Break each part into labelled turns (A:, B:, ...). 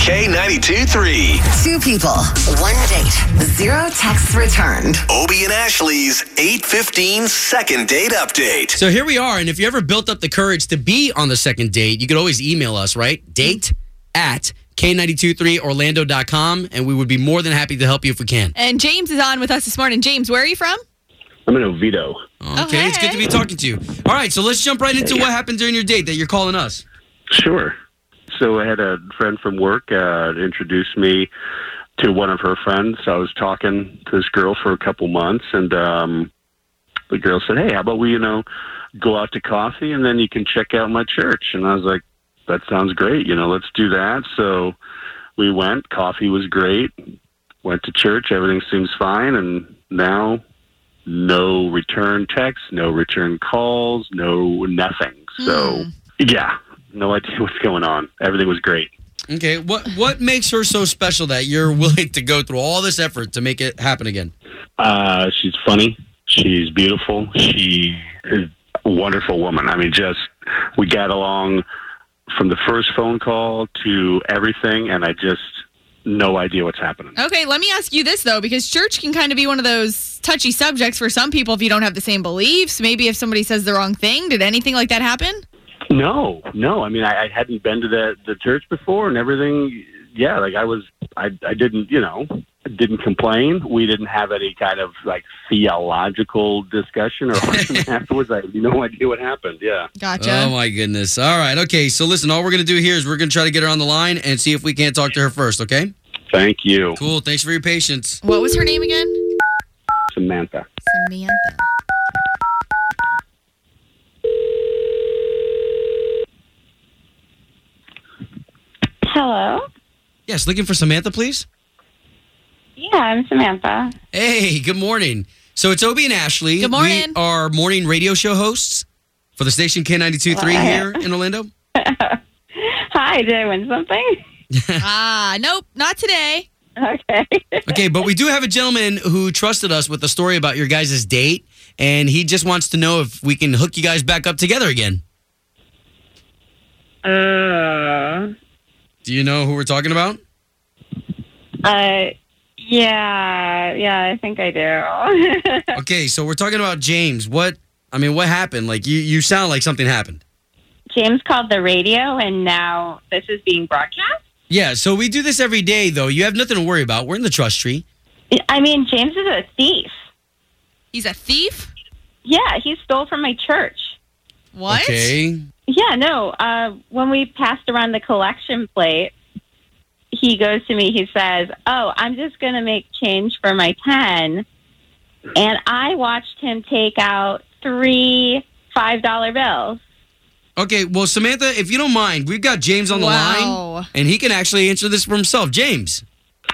A: K92 3.
B: Two people, one date, zero texts returned.
A: Obie and Ashley's 815 second date update.
C: So here we are. And if you ever built up the courage to be on the second date, you could always email us, right? Date at K923Orlando.com. And we would be more than happy to help you if we can.
D: And James is on with us this morning. James, where are you from?
E: I'm in Oviedo.
C: Okay.
D: Oh, hey.
C: It's good to be talking to you. All right. So let's jump right into what happened during your date that you're calling us.
E: Sure. So I had a friend from work uh, introduce me to one of her friends. I was talking to this girl for a couple months, and um, the girl said, "Hey, how about we, you know, go out to coffee, and then you can check out my church?" And I was like, "That sounds great. You know, let's do that." So we went. Coffee was great. Went to church. Everything seems fine, and now no return texts, no return calls, no nothing. So yeah, no idea what's going on. Everything was great.
C: Okay. What, what makes her so special that you're willing to go through all this effort to make it happen again?
E: Uh, she's funny. She's beautiful. She is a wonderful woman. I mean, just we got along from the first phone call to everything, and I just no idea what's happening.
D: Okay, let me ask you this though, because church can kind of be one of those touchy subjects for some people if you don't have the same beliefs. Maybe if somebody says the wrong thing, did anything like that happen?
E: No, no. I mean, I, I hadn't been to the the church before, and everything. Yeah, like I was, I I didn't, you know, didn't complain. We didn't have any kind of like theological discussion or argument afterwards. I have no idea what happened. Yeah.
D: Gotcha.
C: Oh my goodness. All right. Okay. So listen, all we're gonna do here is we're gonna try to get her on the line and see if we can't talk to her first. Okay.
E: Thank you,
C: Cool. Thanks for your patience.
D: what was her name again?
E: Samantha.
D: Samantha.
F: Hello.
C: Yes. Looking for Samantha, please.
F: Yeah, I'm Samantha.
C: Hey. Good morning. So it's Obie and Ashley.
D: Good morning.
C: We are morning radio show hosts for the station K 923
F: Wow.
C: here in Orlando.
F: Hi, did I win something?
D: ah, nope, not today.
F: Okay.
C: Okay. But we do have a gentleman who trusted us with a story about your guys' date, and he just wants to know if we can hook you guys back up together again.
F: Uh,
C: Do you know who we're talking about?
F: uh, yeah, yeah, I think I do.
C: Okay. So we're talking about James. What? I mean, what happened? Like you, you sound like something happened.
F: James called the radio, and now this is being broadcast.
C: Yeah, so we do this every day, though. You have nothing to worry about. We're in the trust tree.
F: I mean, James is a thief.
D: He's a thief?
F: Yeah, he stole from my church.
D: What?
C: Okay.
F: Yeah, no. Uh, when we passed around the collection plate, he goes to me. He says, "Oh, I'm just going to make change for my ten. And I watched him take out three five dollar bills.
C: Okay, well, Samantha, if you don't mind, we've got James on the line,
D: wow.
C: and he can actually answer this for himself. James.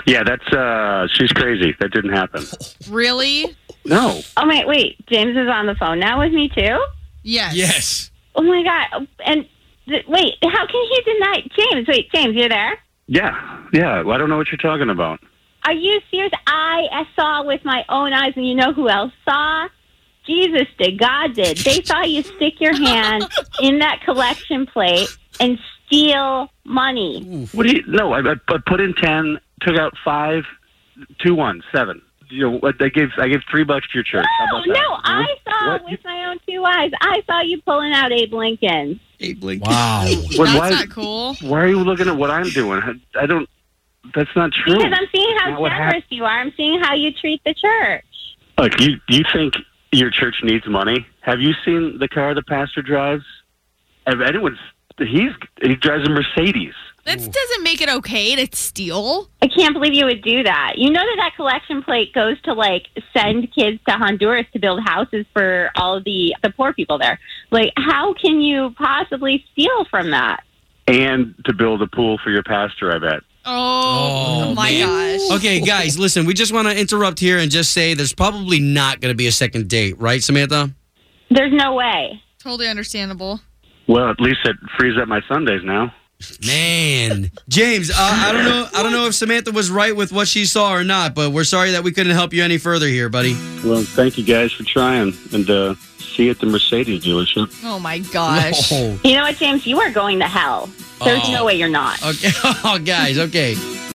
E: Yeah, that's uh, she's crazy. That didn't happen.
D: Really?
E: No.
F: Oh my! Wait, James is on the phone now with me too.
D: Yes.
F: Oh my god! And th- wait, how can he deny James? Wait, James, you're there?
E: Yeah, yeah. Well, I don't know what you're talking about.
F: Are you serious? I I saw with my own eyes, and you know who else saw? Jesus did. God did. They saw you stick your hand in that collection plate and steal money.
E: What do you? No, I, I I put in ten, took out five, two, one, seven. You know, what- I gave I gave three bucks to your church. How
F: Oh, No,
E: about that?
F: no, I saw
E: What?
F: with my own two eyes. I saw you pulling out Abe Lincoln.
C: Abe Lincoln. Wow.
E: Well,
D: That's
E: why-
D: not cool.
E: Why are you looking at what I'm doing? I, I don't. That's not true.
F: Because I'm seeing
E: Not
F: how
E: what
F: generous you are. I'm seeing how you treat the church.
E: Look, you you think your church needs money? Have you seen the car the pastor drives? Have anyone's? He's he drives a Mercedes.
D: That doesn't make it okay to steal.
F: I can't believe you would do that. You know that that collection plate goes to like send kids to Honduras to build houses for all the the poor people there. Like, how can you possibly steal from that?
E: And to build a pool for your pastor, I bet.
D: Oh,
C: Oh,
D: my
C: man.
D: gosh.
C: Okay, guys, listen, we just want to interrupt here and just say there's probably not going to be a second date, right, Samantha?
F: There's no way.
D: Totally understandable.
E: Well, at least it frees up my Sundays now.
C: Man, James, uh, I don't know. I don't know if Samantha was right with what she saw or not, but we're sorry that we couldn't help you any further here, buddy.
E: Well, thank you guys for trying, and uh, See you at the Mercedes dealership.
D: Oh my gosh.
C: Oh,
F: You know what, James? You are going to hell. There's
C: Oh.
F: no way you're not.
C: okay. oh, guys. Okay.